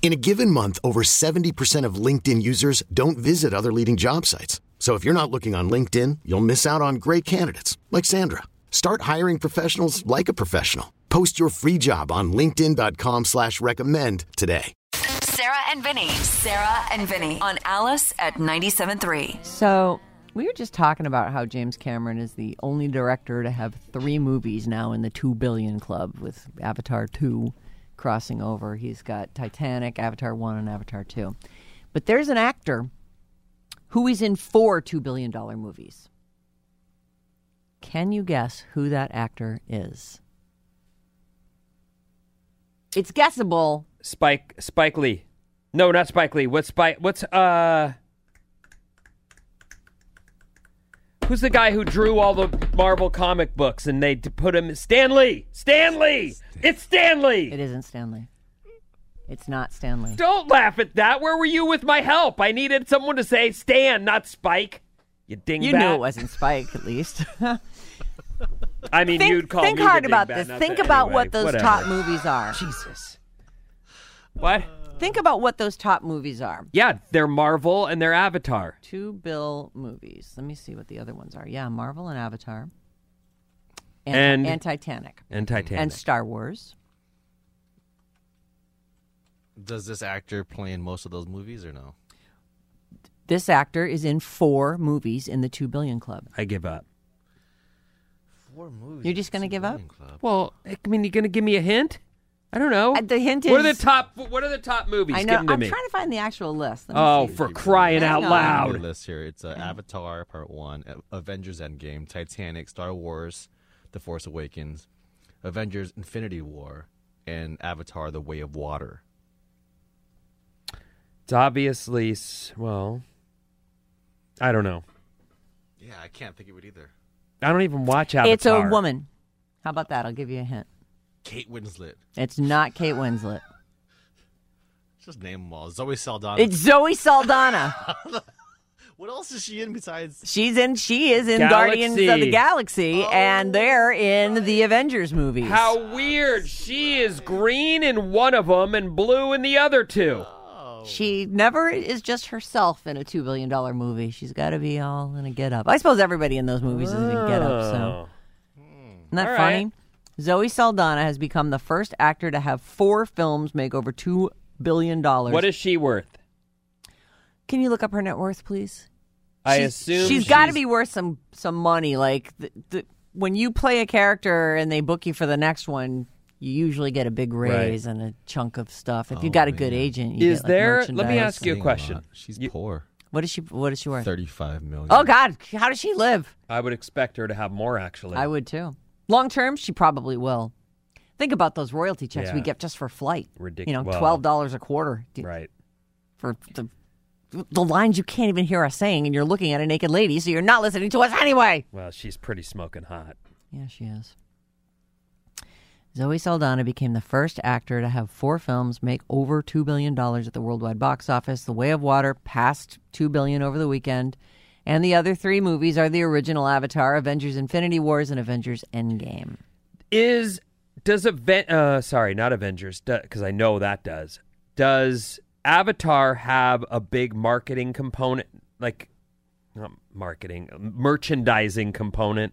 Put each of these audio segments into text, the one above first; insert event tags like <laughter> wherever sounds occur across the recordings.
In a given month, over 70% of LinkedIn users don't visit other leading job sites. So if you're not looking on LinkedIn, you'll miss out on great candidates like Sandra. Start hiring professionals like a professional. Post your free job on linkedin.com slash recommend today. Sarah and Vinny. Sarah and Vinny on Alice at 97.3. So we were just talking about how James Cameron is the only director to have three movies now in the two billion club with Avatar two crossing over. He's got Titanic, Avatar one, and Avatar two. But there's an actor who is in four two billion dollar movies. Can you guess who that actor is? It's guessable. Spike Spike Lee. No, not Spike Lee. What's Spike? What's uh? Who's the guy who drew all the Marvel comic books and they d- put him? Stanley. Stanley. It's Stanley. It isn't Stanley. It's not Stanley. Don't laugh at that. Where were you with my help? I needed someone to say Stan, not Spike. You dingbat. You knew it wasn't Spike, at least. <laughs> I mean, you'd think call think me the hard about dingbat, this. not Think that- about anyway, what those whatever. top movies are. Jesus. What? Think about what those top movies are. Yeah, they're Marvel and they're Avatar. Two Bill movies. Let me see what the other ones are. Yeah, Marvel and Avatar. And- and Titanic. And Titanic. And Star Wars. Does this actor play in most of those movies or no? This actor is in four movies in the two billion club. I give up. Four movies. You're just gonna give up? Well, I mean, you gonna give me a hint? I don't know. Uh, the hint What are is- the top? What are the top movies? I Give know. I'm them to me. trying to find the actual list. Let me oh, see. for crying Hang out on. loud! New list here. It's uh, Avatar Part One, A- Avengers Endgame, Titanic, Star Wars, The Force Awakens, Avengers Infinity War, and Avatar: The Way of Water. It's obviously s- well. I don't know. Yeah, I can't think of it either. I don't even watch Avatar. it's a woman. How about that? I'll give you a hint. Kate Winslet. It's not Kate Winslet. Just name them all. Zoe Uh, Saldana. It's Zoe Saldana. What else is she in besides? She's in. She is in Guardians of Galaxy. the Galaxy, and they're in the Avengers movies. How weird! She is green in one of them and blue in the other two. she never is just herself in a two billion dollar movie. She's got to be all in a get up. I suppose everybody in those movies is in get up. So Ah. isn't that Oh. All funny? right. Zoe Saldana has become the first actor to have four films make over two billion dollars. what is she worth? Can you look up her net worth, please? I She's- assume she's got to be worth some some money. Like th th when you play a character and they book you for the next one, you usually get a big raise and a chunk of stuff. If you Oh, got a good man. agent, you Is get, like, there- let me merchandise. ask you- Good Saying question. lot. She's You- poor. What is she? What is she worth? Thirty-five million. Oh God, how does she live? I would expect her to have more. Actually, I would too. Long term, she probably will. Think about those royalty checks we Yeah. get just for flight. You know, Ridic- well- twelve dollars a quarter d- Right. for the the lines you can't even hear us saying, and you're looking at a naked lady, so you're not listening to us anyway. Well, she's pretty smoking hot. Yeah, she is. Zoe Saldana became the first actor to have four films make over $2 billion at the worldwide box office. The Way of Water passed $2 billion over the weekend. And the other three movies are the original Avatar, Avengers Infinity Wars, and Avengers Endgame. is does event uh sorry not avengers because i know that does does avatar have a big marketing component like not marketing merchandising component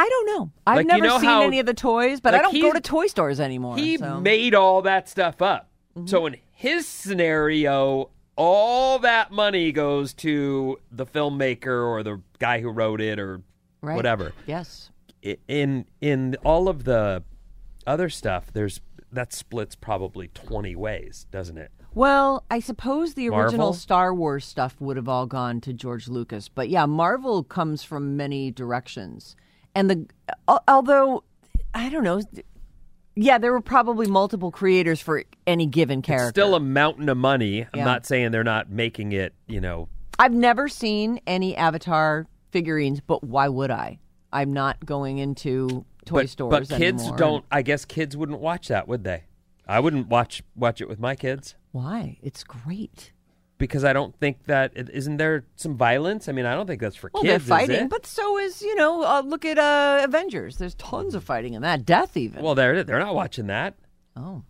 I don't know. I've Like, you never know seen how- any of the toys, but I like, don't he- go to toy stores anymore. he so. made all that stuff up so in his scenario all that money goes to the filmmaker or the guy who wrote it or Right. whatever Yes. i- in in all of the other stuff, there's that splits probably twenty ways, doesn't it? Well, I suppose the original Marvel? Star Wars stuff would have all gone to George Lucas, but yeah, Marvel comes from many directions. And the al- although I don't know, yeah, there were probably multiple creators for any given character. It's still a mountain of money. I'm Yeah. not saying they're not making it, you know, I've never seen any Avatar figurines, but why would I? I'm not going into toy but, stores. But kids anymore. don't. I guess kids wouldn't watch that, would they? I wouldn't watch watch it with my kids Why? It's great. because I don't think that it, isn't there some violence. I mean, I don't think that's for Well, kids. they're is fighting, it? but so is you know. Uh, look at uh, Avengers. There's tons of fighting in that. Death even. well, they're they're not watching that. oh,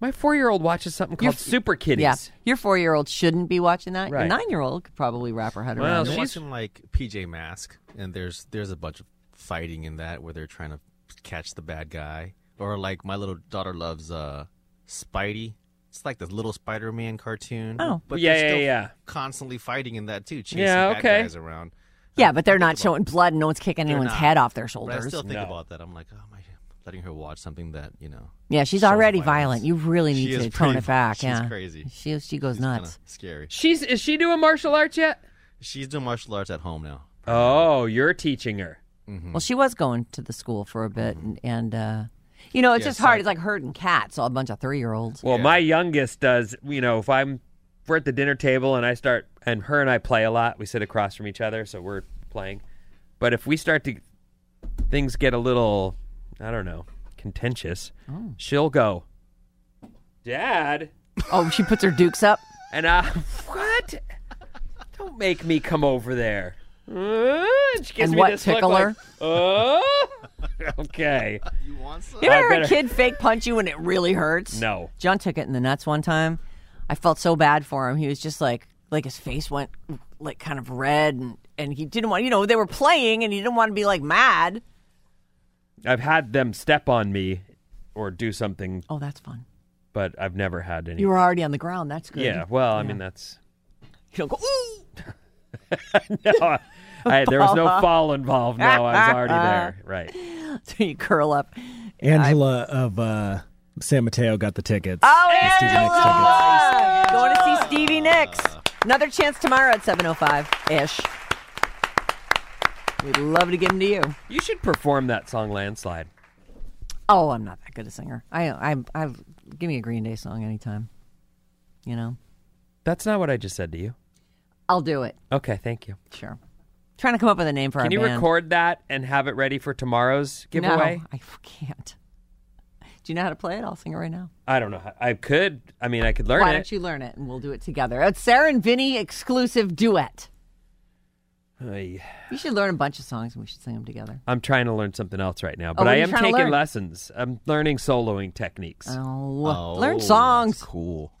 My four year old watches something Your called Super Kitties. yeah. Your four year old shouldn't be watching that. Your Right. nine year old could probably wrap her head Well, around she- it. she's- They're watching like PJ Mask, and there's there's a bunch of fighting in that where they're trying to catch the bad guy, or like my little daughter loves uh Spidey. It's like the little Spider-Man cartoon. Oh. but Yeah, they're yeah, still yeah. Constantly fighting in that too, chasing Yeah, okay. bad guys around. Yeah, but they're not showing blood, and no one's kicking They're anyone's not. head off their But I shoulders. still think No. about that. I'm like, oh my, letting her watch something that you know. yeah, she's shows already violence. violent. You really She need is to tone pretty it back. vi- she's yeah, crazy. She she goes It's kinda nuts. Scary. She's is she doing martial arts yet? She's doing martial arts at home now. Oh, you're teaching her. Mm-hmm. Well, she was going to the school for a bit, and, and uh, you know, it's Yeah, just hard. so- It's like herding cats, all a bunch of three year <laughs> olds. Well, my youngest does. You know, if I'm we're at the dinner table and I start and her and I play a lot. We sit across from each other, so we're playing. But if we start to things get a little, I don't know, contentious, she'll go, "Dad," Oh, she puts her dukes up. and I <laughs> what? Don't make me come over there. Uh, and she gives And me what this look tickle her? like, "Oh, <laughs> okay. You want some? You I ever heard a better- kid fake punch you and it really hurts? No. John took it in the nuts one time. I felt so bad for him. He was just like, like his face went like kind of red, and and he didn't want, you know, they were playing, and he didn't want to be like mad. I've had them step on me or do something, Oh, that's fun. but I've never had any. You were already on the ground. That's good. Yeah, well, I mean that's He'll go. Ooh. <laughs> no. I, there was no fall involved. No, I was already <laughs> there. Right. <laughs> So you curl up. Angela of uh, San Mateo got the tickets. Oh, The Stevie Nicks Angela! Going to see Stevie Nicks. Another chance tomorrow at 7.05 ish. We'd love to give them to you. You should perform that song "Landslide." Oh, I'm not that good a singer. I, I, I, give me a Green Day song anytime. You know, That's not what I just said to you. I'll do it. Okay, thank you. Sure. Trying to come up with a name for Can our you band. record that and have it ready for tomorrow's giveaway? No, I f- can't. Do you know how to play it? I'll sing it right now. I don't know. how- I could. I mean, I could learn Why it. don't you learn it and we'll do it together? It's Sarah and Vinny exclusive duet. Ay, You should learn a bunch of songs and we should sing them together. I'm trying to learn something else right now, but what I are you am Oh, trying to taking learn? lessons. I'm learning soloing techniques. Oh, Oh, learn that's songs. Cool.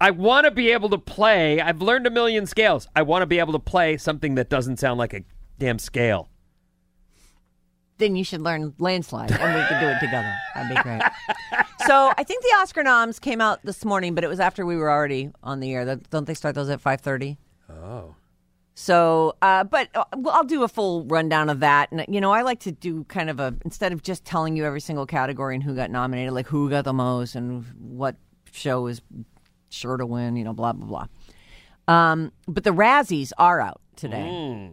I want to be able to play. I've learned a million scales. I want to be able to play something that doesn't sound like a damn scale. then you should learn landslide and we could do it together. That'd be great. <laughs> so I think the Oscar noms came out this morning, but it was after we were already on the air. That- Don't they start those at five thirty? Oh. So, uh, but uh, well, I'll do a full rundown of that. And you know, I like to do kind of a instead of just telling you every single category and who got nominated, like who got the most and what show is sure to win. You know, blah blah blah. Um, but the Razzies are out today.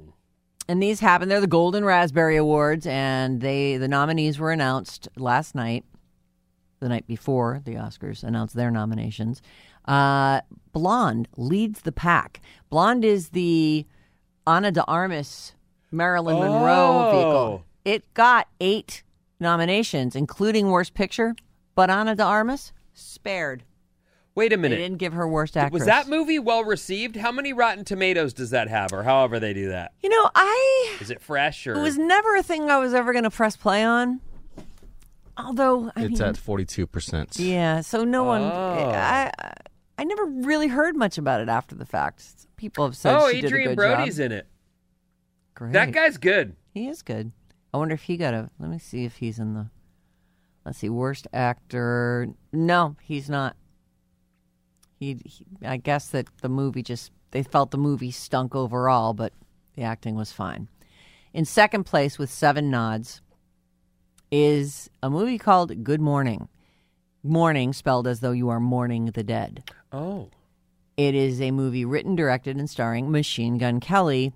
And these happened. They're the Golden Raspberry Awards, and they the nominees were announced last night, the night before the Oscars announced their nominations. Uh, Blonde leads the pack. Blonde is the Ana de Armas Marilyn Monroe vehicle. Oh. It got eight nominations, including Worst Picture, but Ana de Armas spared. Wait a They minute. didn't give her Worst Actress. Was that movie well received? How many Rotten Tomatoes does that have, or however they do that? You know, I Is it fresh or? It was never a thing I was ever going to press play on. Although I It's mean, at forty-two percent. yeah, so no one. Oh. I I- I never really heard much about it after the fact. People have said oh, she did a Adrian good Brody's job. in it. Great. That guy's good. he is good. I wonder if he got a. Let me see if he's in the. Let's see, worst actor. No, he's not. He, he I guess that the movie just they felt the movie stunk overall, but the acting was fine. In second place with seven nods is a movie called Good Morning. Morning spelled as though you are mourning the dead. Oh, It is a movie written, directed, and starring Machine Gun Kelly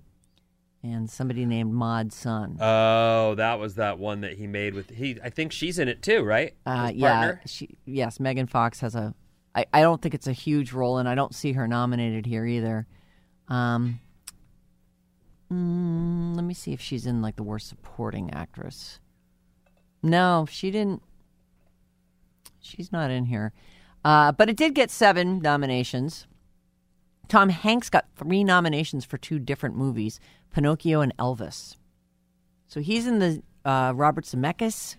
and somebody named Maud Sun. oh, that was that one that he made with he. I think she's in it too, right? Uh, His yeah, partner? she, yes, Megan Fox has a. I, I don't think it's a huge role, and I don't see her nominated here either. Um, mm, let me see if she's in like the worst supporting actress. No, she didn't. She's not in here, uh, but it did get seven nominations. Tom Hanks got three nominations for two different movies: Pinocchio and Elvis. So he's in the uh, Robert Zemeckis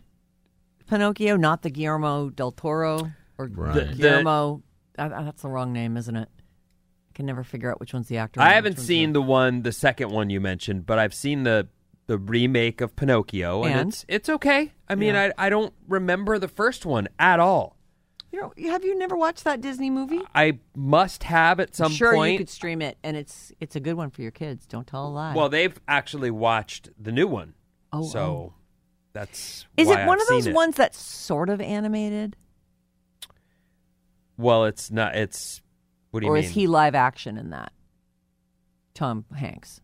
Pinocchio, not the Guillermo del Toro or Right. The- Guillermo. uh, uh, that's the wrong name, isn't it? I can never figure out which one's the actor. I and haven't which one's seen the one, the second one you mentioned, but I've seen the the remake of Pinocchio, and, And? it's it's okay. I mean, I I don't remember the first one at all. You know, have you never watched that Disney movie? I must have at some sure, point. you could stream it, and it's it's a good one for your kids. Don't tell a lie. Well, they've actually watched the new one, Oh, so oh. that's is why it one I've of those seen it. ones that's sort of animated, Well, it's not. It's what do you or mean? is he live action in that? Tom Hanks.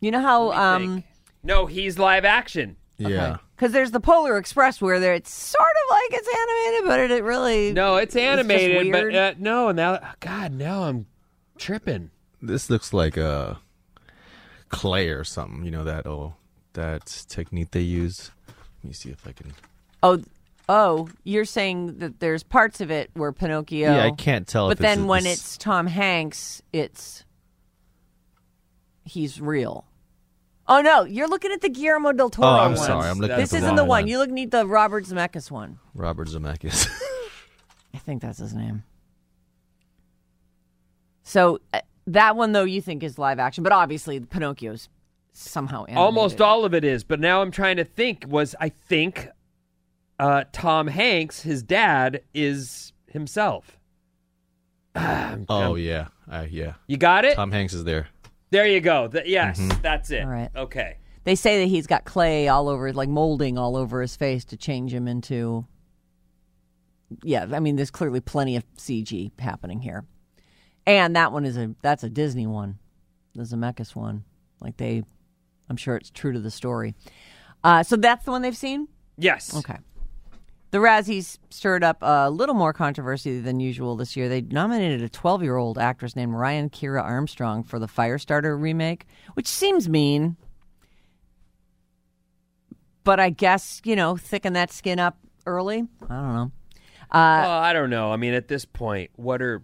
You know how Let me um, think. No, he's live action. Yeah. Because there's the Polar Express where there it's sort of like it's animated, but it, it really No, it's just animated, but weird. uh, no. Now, God, now I'm tripping. This looks like a clay or something. You know that oh that technique they use. Let me see if I can. oh oh you're saying that there's parts of it where Pinocchio. Yeah, I can't tell. But if then it's, when this- it's Tom Hanks, it's he's real. Oh no, you're looking at the Guillermo del Toro. oh, I'm ones. sorry, I'm looking. That's This at the isn't wrong the one. You look need the Robert Zemeckis one. Robert <laughs> Zemeckis. I think that's his name. So uh, that one though you think is live action, but obviously Pinocchio's somehow animated. Almost all of it is, but now I'm trying to think. Was I think uh, Tom Hanks, his dad, is himself. <sighs> oh yeah, I, yeah. You got it. Tom Mm-hmm. Hanks is there. there you go. Th- yes, that's it. All right. Okay. They say that he's got clay all over, like molding all over his face to change him into. Yeah, I mean, there's clearly plenty of CG happening here, and that one is a that's a Disney one, the Zemeckis one. Like they, I'm sure it's true to the story. Uh, so that's the one they've seen. Yes. Okay. The Razzies stirred up a little more controversy than usual this year. They nominated a 12 year old actress named Ryan Kira Armstrong for the Firestarter remake, which seems mean. But I guess, you know, thicken that skin up early. I don't know. Uh, well, I don't know. I mean, at this point, what are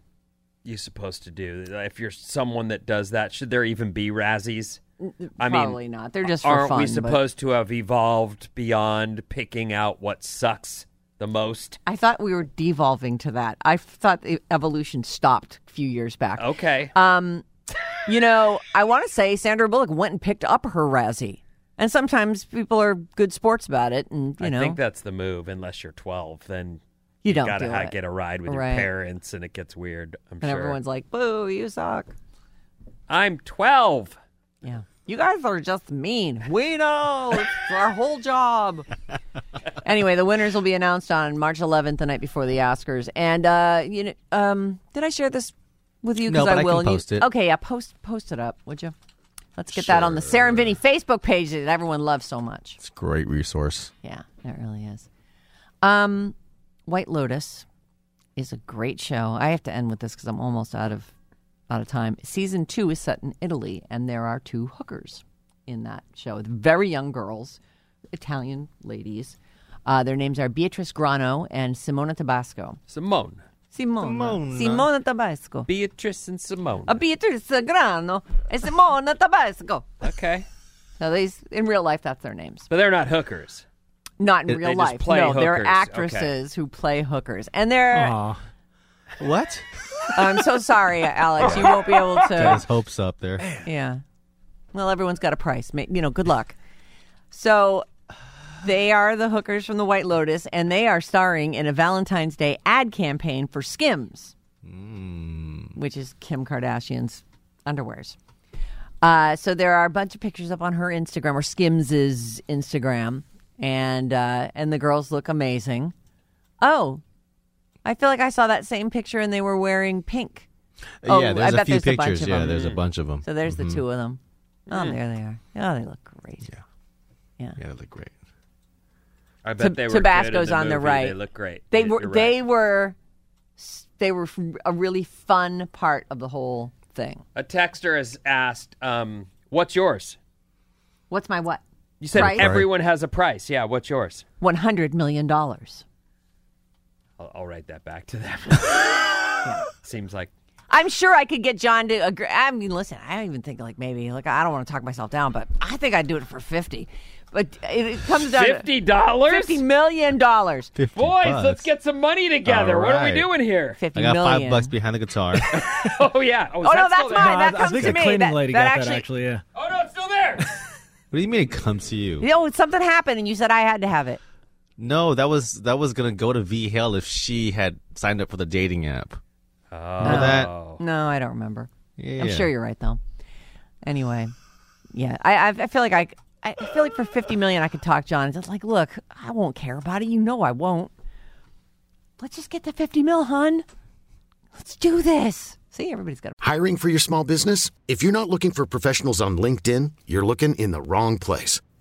you supposed to do? If you're someone that does that, should there even be Razzies? I mean, Probably not. They're just for aren't fun, we but- supposed to have evolved beyond picking out what sucks the most? I thought we were devolving to that. I thought the evolution stopped a few years back. Okay. Um, you know, I want to say Sandra Bullock went and picked up her Razzie, and sometimes people are good sports about it, and you I know, think that's the move. Unless you're 12, then You don't gotta do ha- it. get a ride with Right. your parents, and it gets weird. I'm and sure. everyone's like, "Boo, you suck." I'm 12. Yeah, you guys are just mean. We know it's our whole job. anyway, the winners will be announced on March 11th, the night before the Oscars, and uh, you know, um, did I share this with you? No, 'Cause but I can will. and you- post it. Okay, yeah, post post it up, would you? Let's get that on the Sarah and Vinny Facebook page that everyone loves so much. It's a great resource. Yeah, it really is. Um, White Lotus is a great show. I have to end with this because I'm almost out of out of time. Season two is set in Italy, and there are two hookers in that show. Very young girls, Italian ladies. Uh, their names are Beatrice Grano and Simona Tabasco. Simone, Simona. Simona Tabasco. Beatrice, and Simone. Uh, Beatrice Grano and Simona Tabasco. okay, Now, these in real life, that's their names. but they're not hookers. Not in They- real they just life. play no, they're hookers. actresses who play hookers, and they're. What? I'm so sorry, Alex. You won't be able Got his to. hopes up there. Yeah. Well, everyone's got a price. Ma- You know, good luck. So they are the hookers from the White Lotus, and they are starring in a Valentine's Day ad campaign for Skims, Hmm. which is Kim Kardashian's underwears. Uh, so there are a bunch of pictures up on her Instagram or Skims's Instagram, and uh, and the girls look amazing. Oh, I feel like I saw that same picture, and they were wearing pink. Oh, yeah, there's I a bet few there's a bunch pictures. of yeah, them. there's a bunch of them. So there's Mm-hmm. the two of them. Oh, there they are. Oh, they look great. Yeah. Yeah. Yeah, they look great. I bet Tab- they were good in Tabasco's the on the movie. They right. look great. They You- were. you're They right. were. s- They were f- a really fun part of the whole thing. A texter has asked, um, "What's yours?" What's my what? You said Price? everyone has a price. Yeah, what's yours? One hundred million dollars. I'll, I'll write that back <laughs> to them. <laughs> Seems like I'm sure I could get John to agree. I mean, listen, I even think like maybe like I don't want to talk myself down, but I think I'd do it for fifty. But it, it comes down fifty to dollars. fifty million dollars. Boys, let's get some money together. All What are we right. doing here? <laughs> Fifty I got million. five bucks behind <laughs> the guitar. Oh yeah. is Oh, that no, still that's there? No, mine. I, that I comes think to the me. cleaning That- lady that got actually- that actually. Yeah. Oh no, it's still there. What do you mean it comes to you? You know, something happened, and you said I had to have it. No, that was that was gonna go to V Hell if she had signed up for the dating app. Remember Oh. that? No, I don't remember. Yeah. I'm sure you're right though. Anyway, yeah, I I, I feel like I I feel like for fifty million I could talk John. It's like, look, I won't care about it. You know I won't. Let's just get the fifty mil, hun. Let's do this. See, everybody's got. A- Hiring for your small business? If you're not looking for professionals on LinkedIn, you're looking in the wrong place.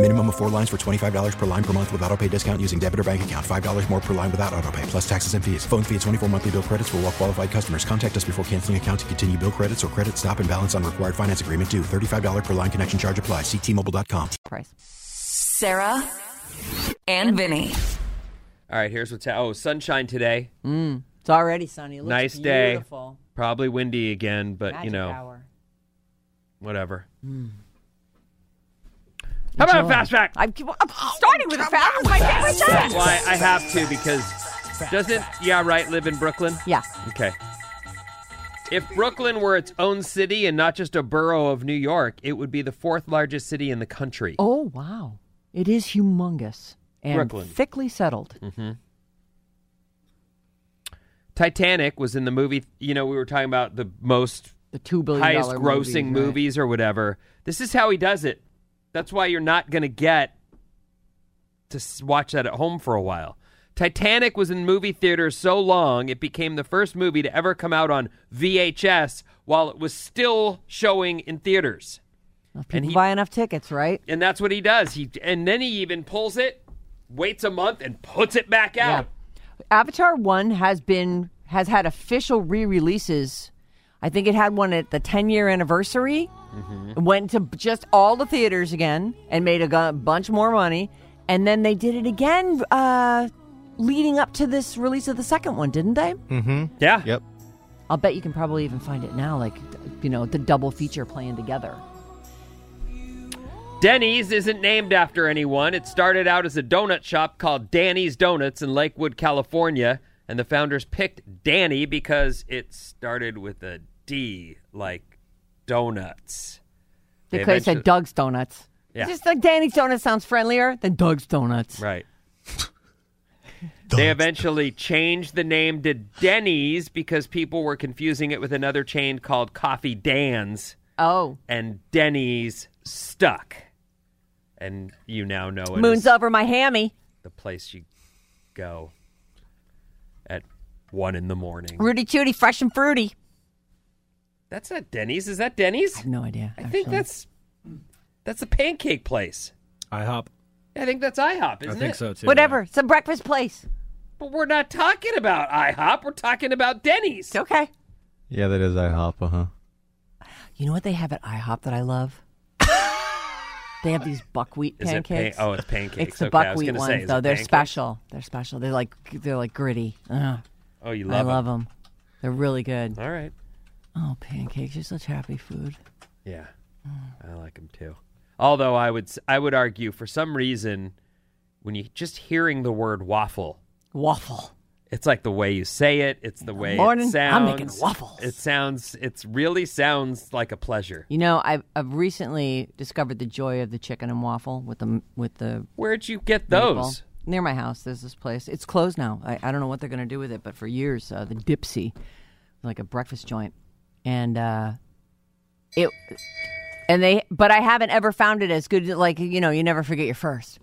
Minimum of four lines for $25 per line per month with auto pay discount using debit or bank account. $5 more per line without auto pay, plus taxes and fees. Phone fee at 24 monthly bill credits for all qualified customers. Contact us before canceling account to continue bill credits or credit stop and balance on required finance agreement due. $35 per line connection charge applies. See T-Mobile.com. price. Sarah and Vinny. All right, here's what's ha- oh sunshine today. It's already sunny. It looks nice day. beautiful. Probably windy again, but Magic you know hour. whatever. How about a Enjoy. fast fact? I'm, I'm starting with a fast. It's my favorite thing. Why I have to because doesn't yeah right live in Brooklyn? Yeah. Okay. If Brooklyn were its own city and not just a borough of New York, it would be the fourth largest city in the country. Oh wow, it is humongous and Brooklyn. Mm. thickly settled. Titanic was in the movie. You know, we were talking about the most The two billion highest dollar grossing movies, right. movies or whatever. This is how he does it. That's why you're not going to get to s- watch that at home for a while. Titanic was in movie theaters so long, it became the first movie to ever come out on VHS while it was still showing in theaters. Well, People he- buy enough tickets, right? And that's what he does. He and then he even pulls it, waits a month and puts it back out. Avatar One has been has had official re-releases. I think it had one at the 10 year anniversary. Mm-hmm. It Went to just all the theaters again and made a gu- bunch more money, and then they did it again uh, leading up to this release of the second one, didn't they? Hmm. Yeah. Yep. I'll bet you can probably even find it now, like you know the double feature playing together. Denny's isn't named after anyone. It started out as a donut shop called Danny's Donuts in Lakewood, California, and the founders picked Danny because it started with a D, like donuts. They They could have eventually- said Doug's Donuts. Yeah. Just like Danny's Donuts sounds friendlier than Doug's Donuts. Right. they eventually changed the name to Denny's because people were confusing it with another chain called Coffee Dan's. Oh, and Denny's stuck. And you now know it moon's as over my hammy. the place you go at one in the morning. Rudy Tooty, fresh and fruity. That's not Denny's. Is that Denny's? I have no idea. I think that's that's a pancake place. IHOP. I think that's IHOP, isn't it? think so, too, Whatever. It's a breakfast place. But we're not talking about IHOP. We're talking about Denny's. okay. Yeah, that is IHOP, uh-huh. huh? You know what they have at IHOP that I <laughs> love? they have these buckwheat Is it pan- pancakes. oh, it's pancakes. It's the Okay, I was buckwheat gonna say, ones is it though. They're pancakes? special. They're special. They're like they're like gritty. Ugh. Oh, you I love 'em. love them. They're really good. All right. Oh, pancakes! You're such happy food. Yeah, Mm. I like them too. Although I would s- I would argue for some reason when you just hearing the word waffle, Waffle. it's like the way you say it. It's the way morning, it I'm sounds. making waffles. It sounds. It really sounds like a pleasure. You know, I've, I've recently discovered the joy of the chicken and waffle with the with the Where'd you get maple. those? Near my house, there's this place. It's closed now. I, I don't know what they're going to do with it, but for years, uh, the Dipsy, like a breakfast joint, and uh, it, and they, but I haven't ever found it as good. Like you know, you never forget your first.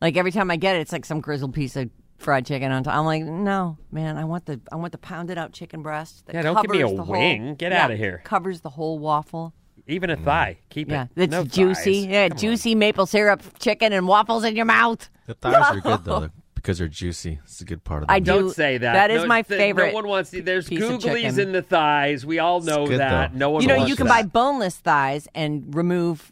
Like every time I get it, it's like some grizzled piece of fried chicken on top. I'm like, no, man, I want the I want the pounded out chicken breast. That Yeah, don't give me covers a the whole- wing. Get Yeah, outta here. Covers the whole waffle. Even Mm. a thigh. Keep Yeah, it. that's No juicy. thighs. Yeah, Come on. juicy maple syrup chicken and waffles in your mouth. The thighs are good though because they're juicy. It's a good part of the I meal. do- Don't say that. that is No- my th- favorite No one wants to. There's piece of googlies chicken. in the thighs. We all know good, that. though. No one. you know, wants you can buy that. boneless thighs and remove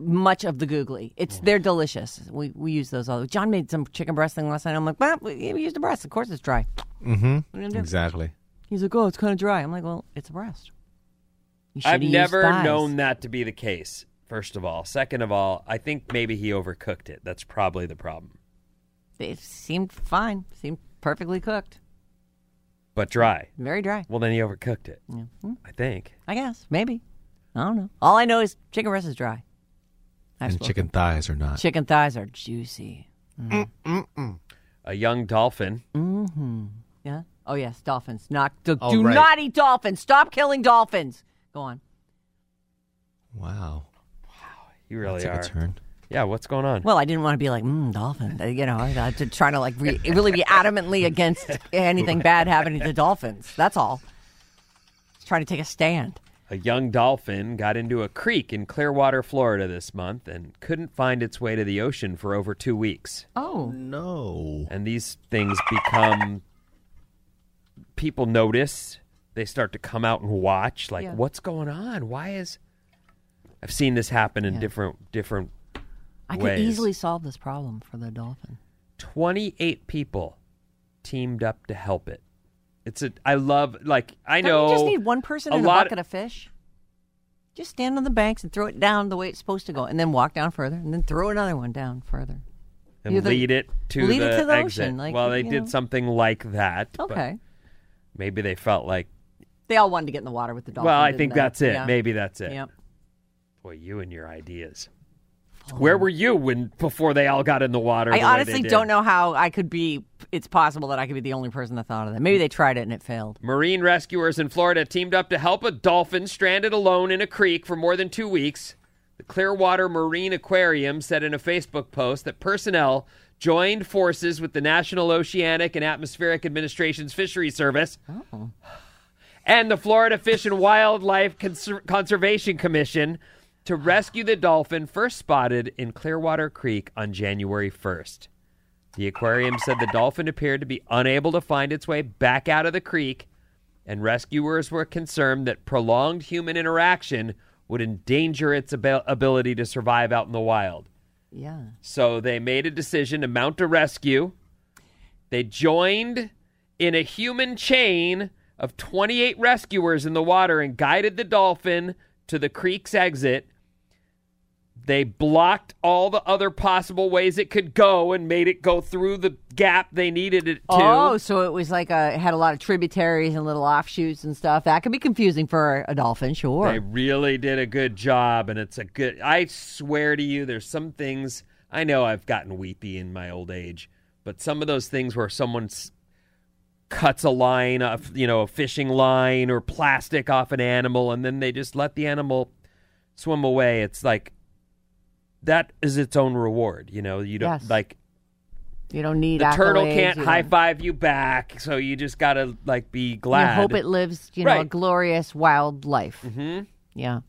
much of the googly. It's they're delicious. We we use those all. John made some chicken breast thing last night. I'm like, well, we, we used a breast. Of course, it's dry. What are you Mm-hmm. gonna do? Exactly. He's like, oh, it's kind of dry. I'm like, well, it's a breast. You I've should've used never thighs. known that to be the case. First of all, second of all, I think maybe he overcooked it. That's probably the problem. They seemed fine. Seemed perfectly cooked. But dry. Very dry. Well, then he overcooked it. Yeah. Mm, I think. I guess maybe. I don't know. All I know is chicken breast is dry. I've and spoken. chicken thighs are not. Chicken thighs are juicy. Mm. A young dolphin. Mm-hmm. Yeah. Oh yes, dolphins. Not do, Oh, do right. not eat dolphins. Stop killing dolphins. Go on. Wow. You That really took are. a turn. Yeah. What's going on? Well, I didn't want to be like mm, dolphin. Uh, You know, I, I did- trying to like re- <laughs> really be adamantly against anything bad happening to dolphins. That's all. Just trying to take a stand. A young dolphin got into a creek in Clearwater, Florida this month and couldn't find its way to the ocean for over two weeks. Oh, No. And these things become. People notice. They start to come out and watch. Like, Yeah. what's going on? Why is. I've seen this happen in Yeah. different different I could Ways. easily solve this problem for the dolphin. 28 people teamed up to help it. It's a I love like I Don't know You just need one person a and lot- a bucket of fish. Just stand on the banks and throw it down the way it's supposed to go, and then walk down further, and then throw another one down further. and You're the- lead it to lead the, it to the exit. ocean, like, well, they you did know. something like that. but Okay. maybe they felt like They all wanted to get in the water with the dolphin. well, I didn't think they? that's it. Yeah. Maybe that's it. Yep. Boy, you and your ideas. Where were you when before they all got in the water? Oh. I the way they honestly did? don't know how I could be. It's possible that I could be the only person that thought of that. Maybe they tried it and it failed. Marine rescuers in Florida teamed up to help a dolphin stranded alone in a creek for more than two weeks. The Clearwater Marine Aquarium said in a Facebook post that personnel joined forces with the National Oceanic and Atmospheric Administration's Fisheries Service and the Florida Fish and Wildlife Conser- Conservation Commission to rescue the dolphin first spotted in Clearwater Creek on January 1st. The aquarium said the dolphin appeared to be unable to find its way back out of the creek, and rescuers were concerned that prolonged human interaction would endanger its abil- ability to survive out in the wild. Yeah. So they made a decision to mount a rescue. They joined in a human chain of 28 rescuers in the water and guided the dolphin to the creek's exit. They blocked all the other possible ways it could go and made it go through the gap they needed it to. Oh, so it was like a, it had a lot of tributaries and little offshoots and stuff. That could be confusing for a dolphin, sure. They really did a good job, and it's a good. I swear to you, there's some things I know I've gotten weepy in my old age, but some of those things where someone s- cuts a line off, you know, a fishing line or plastic off an animal, and then they just let the animal swim away. It's like that is its own reward, you know. You don't Yes. like. You don't need the turtle accolades, can't you high don't- five you back, so you just gotta like be glad. You hope it lives, you know, a Right. glorious wild life. Mhm. Yeah.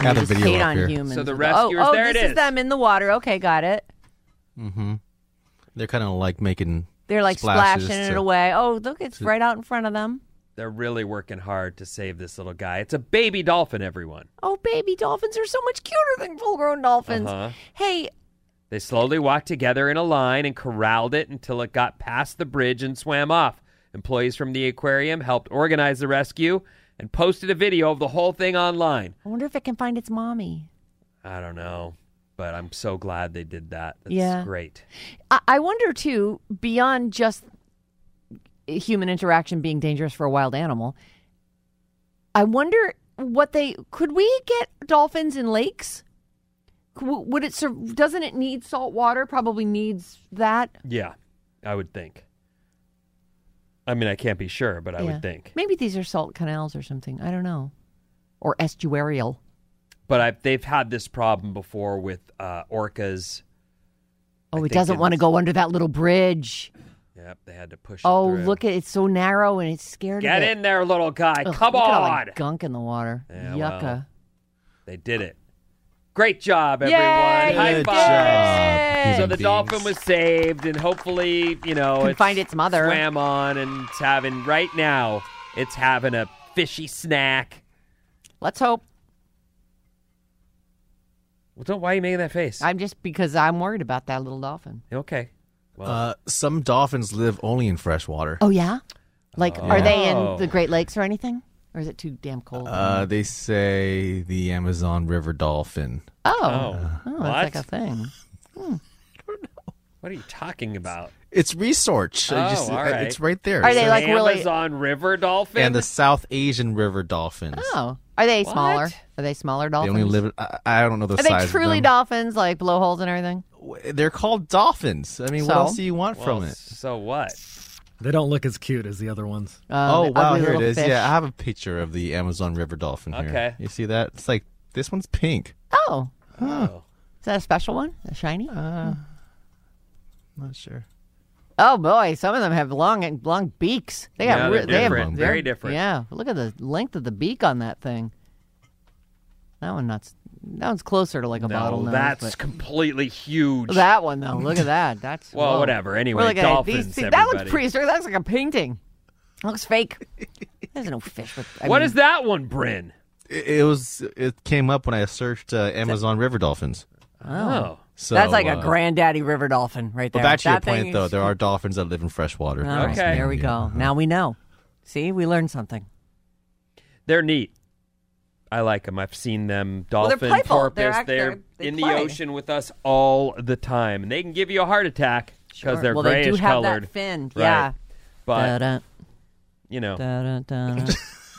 Got a just video hate up on here. humans. So the oh, rescuers, oh, there it this is. is. them in the water. Okay, got it. Mm-hmm. They're kind of like making. They're like splashes splashing it to- away. Oh, look, it's to- right out in front of them. They're really working hard to save this little guy. It's a baby dolphin, everyone. Oh, baby dolphins are so much cuter than full-grown dolphins. Uh-huh. Hey, They slowly walked together in a line and corralled it until it got past the bridge and swam off. Employees from the aquarium helped organize the rescue and posted a video of the whole thing online. I wonder if it can find its mommy. I don't know, but I'm so glad they did that. That's Yeah. great. I- I wonder too, beyond just human interaction being dangerous for a wild animal, I wonder what they could we get dolphins in lakes? Could- Would it sur- doesn't it need salt water? Probably needs that. Yeah, I would think. I mean, I can't be sure, but I Yeah. would think. Maybe these are salt canals or something. I don't know. Or estuarial. But I, they've had this problem before with uh, orcas. Oh, I it think doesn't in- want to go under that little bridge. Yep, they had to push. it Oh, through. look at it's so narrow and it's scared Get of it. in there, little guy! Ugh, Come look at all that on! gunk in the water. Yeah, Yucca. well, they did it. Great job, Yay, everyone! High good fives. job, So human the beings. dolphin was saved, and hopefully, you know, Can it's find its mother. Swam on, and it's having right now. It's having a fishy snack. Let's hope. Well, don't. Why are you making that face? I'm just because I'm worried about that little dolphin. Okay. Well, Uh, some dolphins live only in fresh water. Oh yeah, like are they Oh. in the Great Lakes or anything, or is it too damn cold? Uh, Mm-hmm. they say the Amazon River dolphin. oh, Oh. oh, that's What? like a thing. what are you talking about? It's research. I Oh, just- all right. It's right there. Are they, like, really- Amazon River dolphin? And the South Asian river dolphins. Oh, are they smaller? Are they smaller They dolphins? only live. I, I don't know the are size. they of truly them. dolphins, like blowholes and everything? They're called dolphins. I mean, what So? else do you want from Well, it? So what? They don't look as cute as the other ones. oh the wow, Um, ugly here it little is. fish. Yeah, I have a picture of the Amazon river dolphin here. Okay. you see that? It's like this one's pink. Oh, Oh. is that a special one? A shiny? Not sure. oh boy, some of them have long and long beaks. They Yeah, got they're re- they have- different. they're- Very different. Yeah, look at the length of the beak on that thing. That one not. s- That one's closer to like a bottle. no, that's completely huge. That one though, look at <laughs> that. That's Well, whoa. whatever. Anyway, We're looking at these dolphins, things- that looks everybody. pretty. That looks like a painting. That looks fake. <laughs> There's no fish with. I What mean, is that one, Bryn? It, it was. It came up when I searched uh, Amazon river dolphins. Oh. So that's like a uh, granddaddy river dolphin right there. But back to your That thing point, though, is- there are dolphins that live in freshwater. All right, Okay. There we go. Now we know. See, we learned something. They're neat. I like them. I've seen them. they're Dolphin, playful. porpoise. They're act- they're they're- they in play. the ocean with us all the time, and they can give you a heart attack because Sure. they're well, grayish they do have colored. that uh, fin. Right. Yeah. But Da-da, you know, da-da, <laughs> da-da.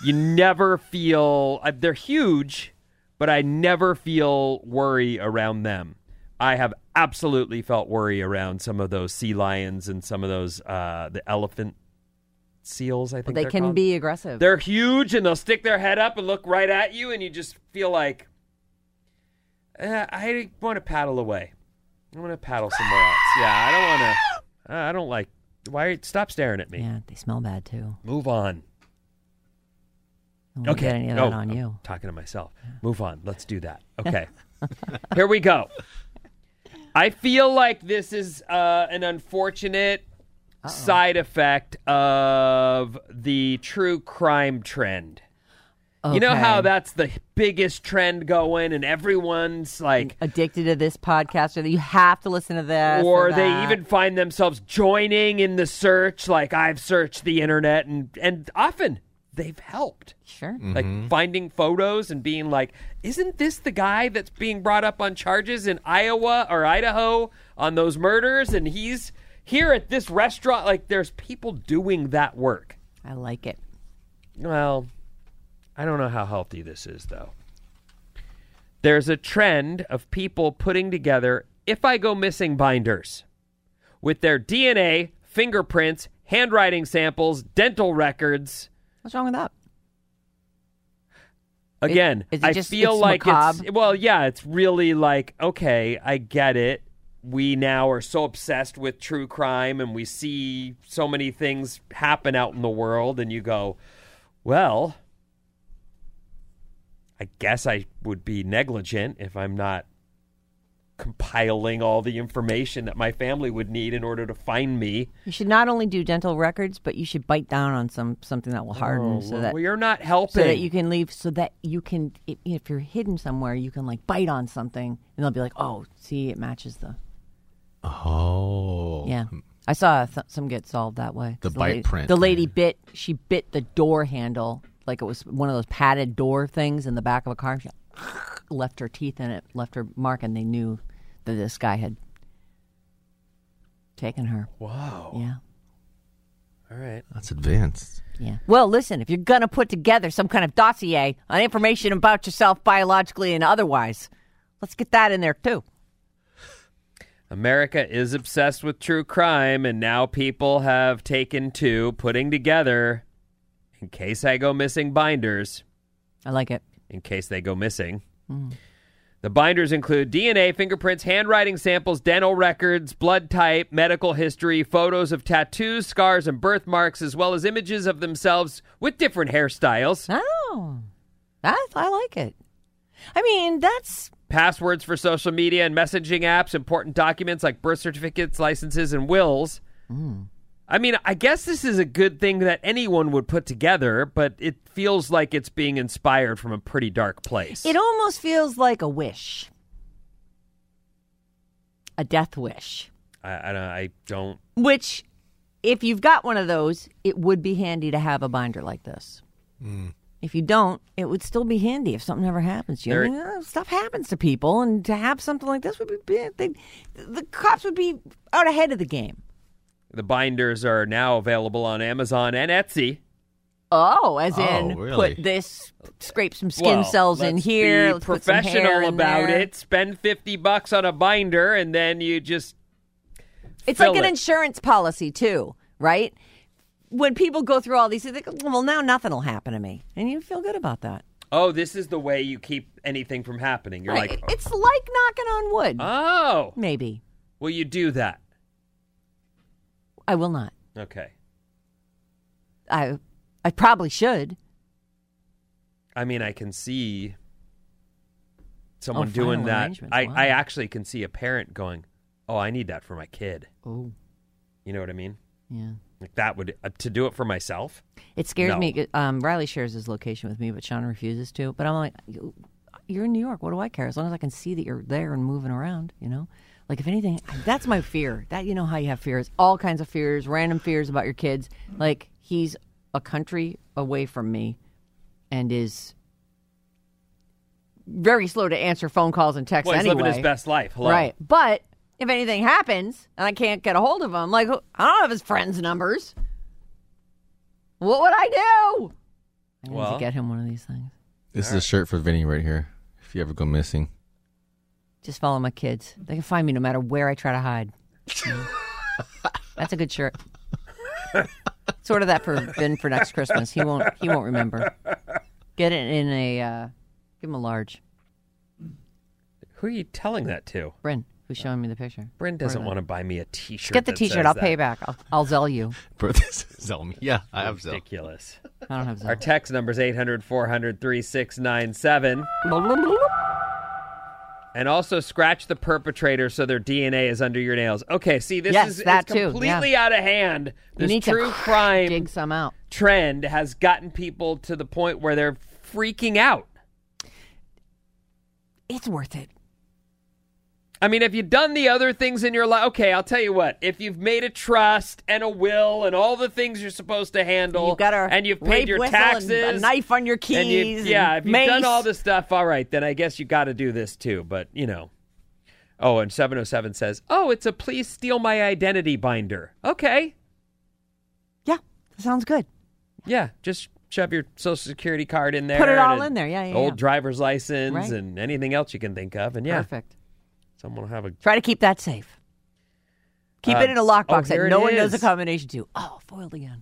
you never feel uh, they're huge, but I never feel worry around them. I have absolutely felt worry around some of those sea lions and some of those uh, the elephant seals. I think they they're can called. be aggressive. They're huge and they'll stick their head up and look right at you, and you just feel like, eh, I want to paddle away. I want to paddle somewhere else. Yeah, I don't want to. I don't like. Why? Stop staring at me. yeah, they smell bad too. Move on. I won't Okay. Get any of that No, on Oh, I'm you. talking to myself. Move on. Let's <laughs> do that. Okay. Here we go. I feel like this is uh, an unfortunate side effect of the true crime trend. You know how Okay. that's the biggest trend going, and everyone's like, addicted to this podcast or that you have to listen to this or they that. even find themselves joining in the search, like I've searched the internet, and and often they've helped. sure like finding photos and being like, isn't this the guy that's being brought up on charges in Iowa or Idaho on those murders? And he's here at this restaurant. Like, there's people doing that work. i like it Well, I don't know how healthy this is, though. There's a trend of people putting together if I go missing binders with their DNA, fingerprints, handwriting samples, dental records. what's wrong with that Again, is it I just- feel it's like it's macabre? well, yeah, it's really like okay, I get it, we now are so obsessed with true crime and we see so many things happen out in the world and you go, well, I guess I would be negligent if I'm not compiling all the information that my family would need in order to find me. You should not only do dental records, but you should bite down on some something that will harden, Oh, so well, that well, you're not so that helping. you can leave, so that you can if, if you're hidden somewhere, you can like bite on something, and they'll be like, "Oh, see, it matches the." Oh. Yeah, I saw th- some get solved that way. The bite lady, print, The lady bit. She bit the door handle like it was one of those padded door things in the back of a car. She <laughs> left her teeth in it, left her mark, and they knew that this guy had taken her. Wow. Yeah. All right. That's advanced. Yeah. Well, listen, if you're going to put together some kind of dossier on information about yourself biologically and otherwise, let's get that in there too. America is obsessed with true crime, and now people have taken to putting together, in case I go missing, binders. I like it. In case they go missing. The binders include DNA, fingerprints, handwriting samples, dental records, blood type, medical history, photos of tattoos, scars, and birthmarks, as well as images of themselves with different hairstyles, Oh, that, I like it. I mean, that's passwords for social media and messaging apps, important documents like birth certificates, licenses, and wills. I mean, I guess this is a good thing that anyone would put together, but it feels like it's being inspired from a pretty dark place. it. Almost feels like a wish, a death wish. I, I don't. I don't Which, if you've got one of those, it would be handy to have a binder like this. Hmm. If you don't, it would still be handy if something ever happens to you. I There- mean, uh, stuff happens to people, and to have something like this would be big. They, the cops would be out ahead of the game. The binders are now available on Amazon and Etsy. Oh, as Oh, in really? put this, scrape some skin Well, cells in let's here, be let's put some professional hair in about there. it. Spend fifty bucks on a binder, and then you just It's fill like an it. insurance policy too, right? When people go through all these, things, they go, well, now nothing will happen to me, and you feel good about that. oh, this is the way you keep anything from happening. You're Right. like, it's like knocking on wood. oh, Maybe will you do that? I will not. Okay. I I probably should. I mean, I can see someone Oh, doing final that. arrangements. I, Wow. I actually can see a parent going, "Oh, I need that for my kid." Oh, You know what I mean? yeah. Like that would uh, to do it for myself. It scares No. me. 'cause, Um, Riley shares his location with me, but Sean refuses to. But I'm like, "You- you're in New York. What do I care? As long as I can see that you're there and moving around, you know. Like if anything, that's my fear. That you know how you have fears, all kinds of fears, random fears about your kids. Like he's a country away from me, and is very slow to answer phone calls and texts. Well, he's anyway, living his best life. Hello. right? But if anything happens and I can't get a hold of him, like who- I don't have his friends' numbers. What would I do? I need Well. to get him one of these things. This is a shirt for Vinny right here. If you ever go missing. <laughs> Just follow my kids. They can find me no matter where I try to <laughs> hide. That's a good shirt. sort of that for Ben for next Christmas. He won't. He won't remember. Get it in a. Uh, give him a large. Who are you telling that to? Bryn, who's showing me the picture. Bryn doesn't Order that. want to buy me a T-shirt. Get the that T-shirt. says I'll that. pay back. I'll, I'll Zell you. Bro, this is Zelmi. Yeah, I have Zelmi. Ridiculous. I don't have Zell. Our text number is 800 400 3697. And also scratch the perpetrator so their DNA is under your nails. Okay, see, this Yes, is that it's too, yeah. completely out of hand. You This need to true <sighs> crime dig some out. trend has gotten people to the point where they're freaking out. It's worth it. I mean, have you done the other things in your life? Okay, I'll tell you what. If you've made a trust and a will and all the things you're supposed to handle, You've got a and you've rape paid your whistle and taxes, a knife on your keys. And you- yeah, if and you've done mace. all this stuff, all right, then I guess you got to do this too. But you know, oh, and seven oh seven says, oh, it's a please steal my identity binder. Okay, yeah, that sounds good. yeah, just shove your social security card in there, Put it all and in there. Yeah, yeah, old yeah. driver's license Right. and anything else you can think of, and yeah, Perfect. someone will have a Try to keep that safe. Keep Uh, it in a oh, lockbox here that it no one knows the is. combination to. Oh, foiled again.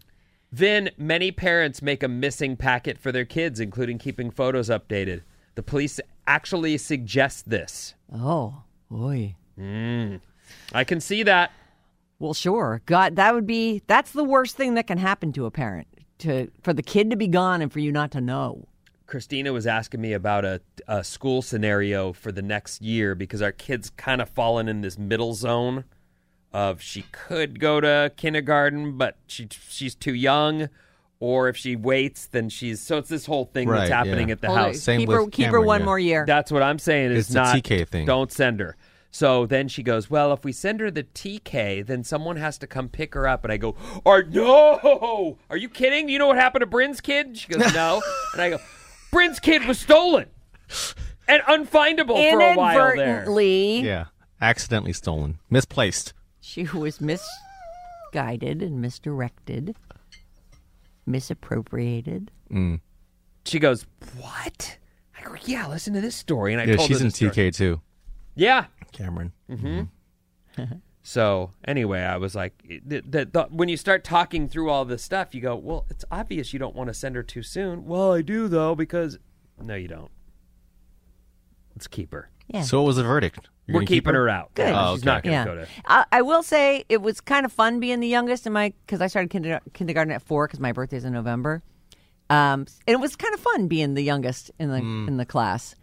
Then many parents make a missing packet for their kids, including keeping photos updated. The police actually suggest this. Oh, boy. Mm. I can see that. Well, sure. God, that would be that's the worst thing that can happen to a parent to for the kid to be gone and for you not to know. Christina was asking me about a, a school scenario for the next year because our kids kind of fallen in this middle zone of she could go to kindergarten, but she she's too young, or if she waits, then she's so it's this whole thing that's Right, happening yeah. at the Hold it. house. Same Keep her- with keep her Cameron, one yeah. more year. That's what I'm saying. Is It's the not TK thing. Don't send her. So then she goes, well, if we send her the TK, then someone has to come pick her up. And I go, or no, are you kidding? Do you know what happened to Bryn's kid? She <laughs> goes, no. and I go, Bryn's kid was stolen and unfindable for a while there. Inadvertently, Yeah. Accidentally stolen. Misplaced. she was misguided and misdirected, misappropriated. Mm. She goes, what? I go, yeah, listen to this story. And I Yeah, told she's her in the story. TK too. Yeah. Cameron. hmm So anyway, I was like, the, the, the, when you start talking through all this stuff, you go, well, it's obvious you don't want to send her too soon. Well, I do though because no, you don't. Let's keep her. Yeah. So what was the verdict? We're gonna keeping her out. Good. Oh, She's not okay. gonna yeah. go to. I, I will say it was kind of fun being the youngest in my because I started kinder, kindergarten at four because my birthday's in November. Um, and it was kind of fun being the youngest in the in the class,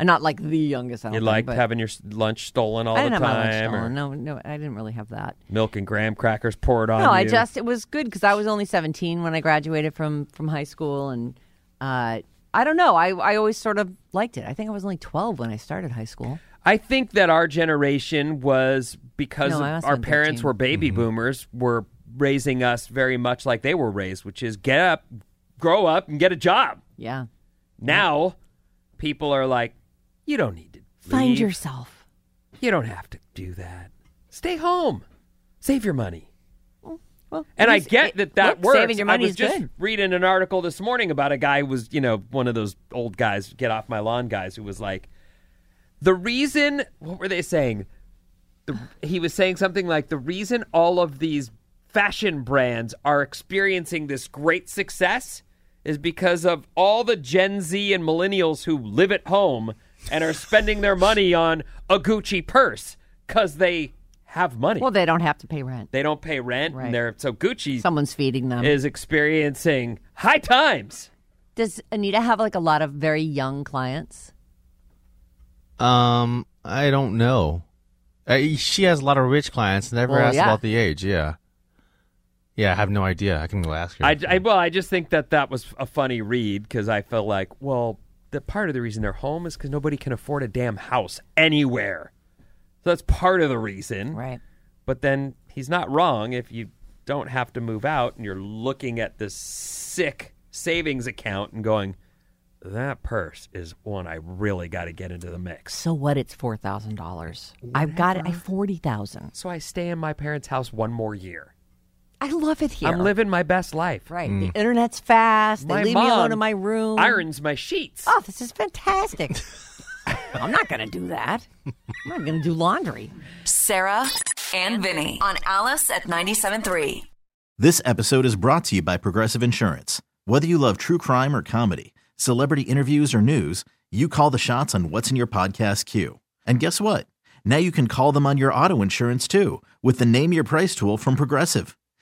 and not like the youngest. I don't Mm. You think, liked but having your s- lunch stolen all I didn't the have my time, lunch or stolen. No, no, I didn't really have that. milk and graham crackers poured on No, you. I just it was good because I was only seventeen when I graduated from from high school, and uh, I don't know. I I always sort of liked it. I think I was only twelve when I started high school. I think that our generation was because No, of- I must've our been parents 13. were baby boomers, were raising us very much like they were raised, which is get up, grow up, and get a job. Yeah, Now, people are like, you don't need to find leave. yourself. You don't have to do that. Stay home. Save your money. Well, And it I is- get it- that that look, works. Saving your money I was is just good. reading an article this morning about a guy who was, you know, one of those old guys, get off my lawn guys, who was like, the reason, what were they saying? The, he was saying something like, the reason all of these fashion brands are experiencing this great success is because of all the Gen Z and millennials who live at home and are spending their money on a Gucci purse because they have money. Well, they don't have to pay rent. They don't pay rent, Right. and they're so Gucci Someone's feeding them. is experiencing high times. Does Anita have like a lot of very young clients? Um, I don't know. Uh, she has a lot of rich clients. Never Well, asked yeah. about the age. Yeah. Yeah, I have no idea. I can go ask her. I, I- well, I just think that that was a funny read because I felt like, well, the part of the reason they're home is because nobody can afford a damn house anywhere. So that's part of the reason. Right. But then he's not wrong if you don't have to move out and you're looking at this sick savings account and going, that purse is one I really got to get into the mix. So what? It's four thousand dollars. I've got it. I forty thousand. So I stay in my parents' house one more year. I love it here. I'm living my best life. right. The internet's fast. They My leave me alone mom in my room. Irons my sheets. Oh, this is fantastic. I'm not going to do that. I'm not going to do laundry. Sarah and Vinny on Alice at 97.3. This episode is brought to you by Progressive Insurance. Whether you love true crime or comedy, celebrity interviews or news, you call the shots on what's in your podcast queue. And guess what? Now you can call them on your auto insurance too with the Name Your Price tool from Progressive.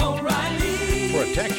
O'Reilly. Protect